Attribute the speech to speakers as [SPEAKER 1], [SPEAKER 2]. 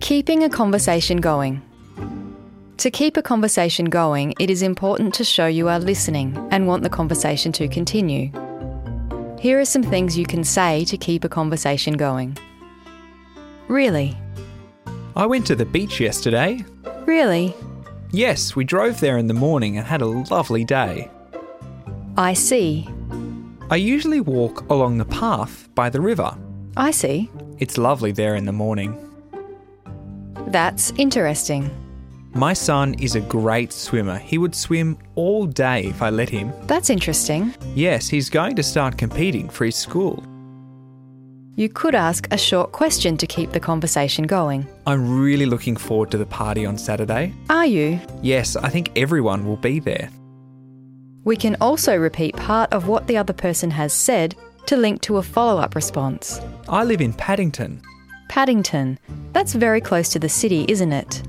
[SPEAKER 1] Keeping a conversation going. To keep a conversation going, it is important to show you are listening and want the conversation to continue. Here are some things you can say to keep a conversation going. Really?
[SPEAKER 2] I went to the beach yesterday.
[SPEAKER 1] Really?
[SPEAKER 2] Yes, we drove there in the morning and had a lovely day.
[SPEAKER 1] I see.
[SPEAKER 2] I usually walk along the path by the river.
[SPEAKER 1] I see.
[SPEAKER 2] It's lovely there in the morning.
[SPEAKER 1] That's interesting.
[SPEAKER 2] My son is a great swimmer. He would swim all day if I let him.
[SPEAKER 1] That's interesting.
[SPEAKER 2] Yes, he's going to start competing for his school.
[SPEAKER 1] You could ask a short question to keep the conversation going.
[SPEAKER 2] I'm really looking forward to the party on Saturday.
[SPEAKER 1] Are you?
[SPEAKER 2] Yes, I think everyone will be there.
[SPEAKER 1] We can also repeat part of what the other person has said to link to a follow up response.
[SPEAKER 2] I live in Paddington.
[SPEAKER 1] Paddington. That's very close to the city, isn't it?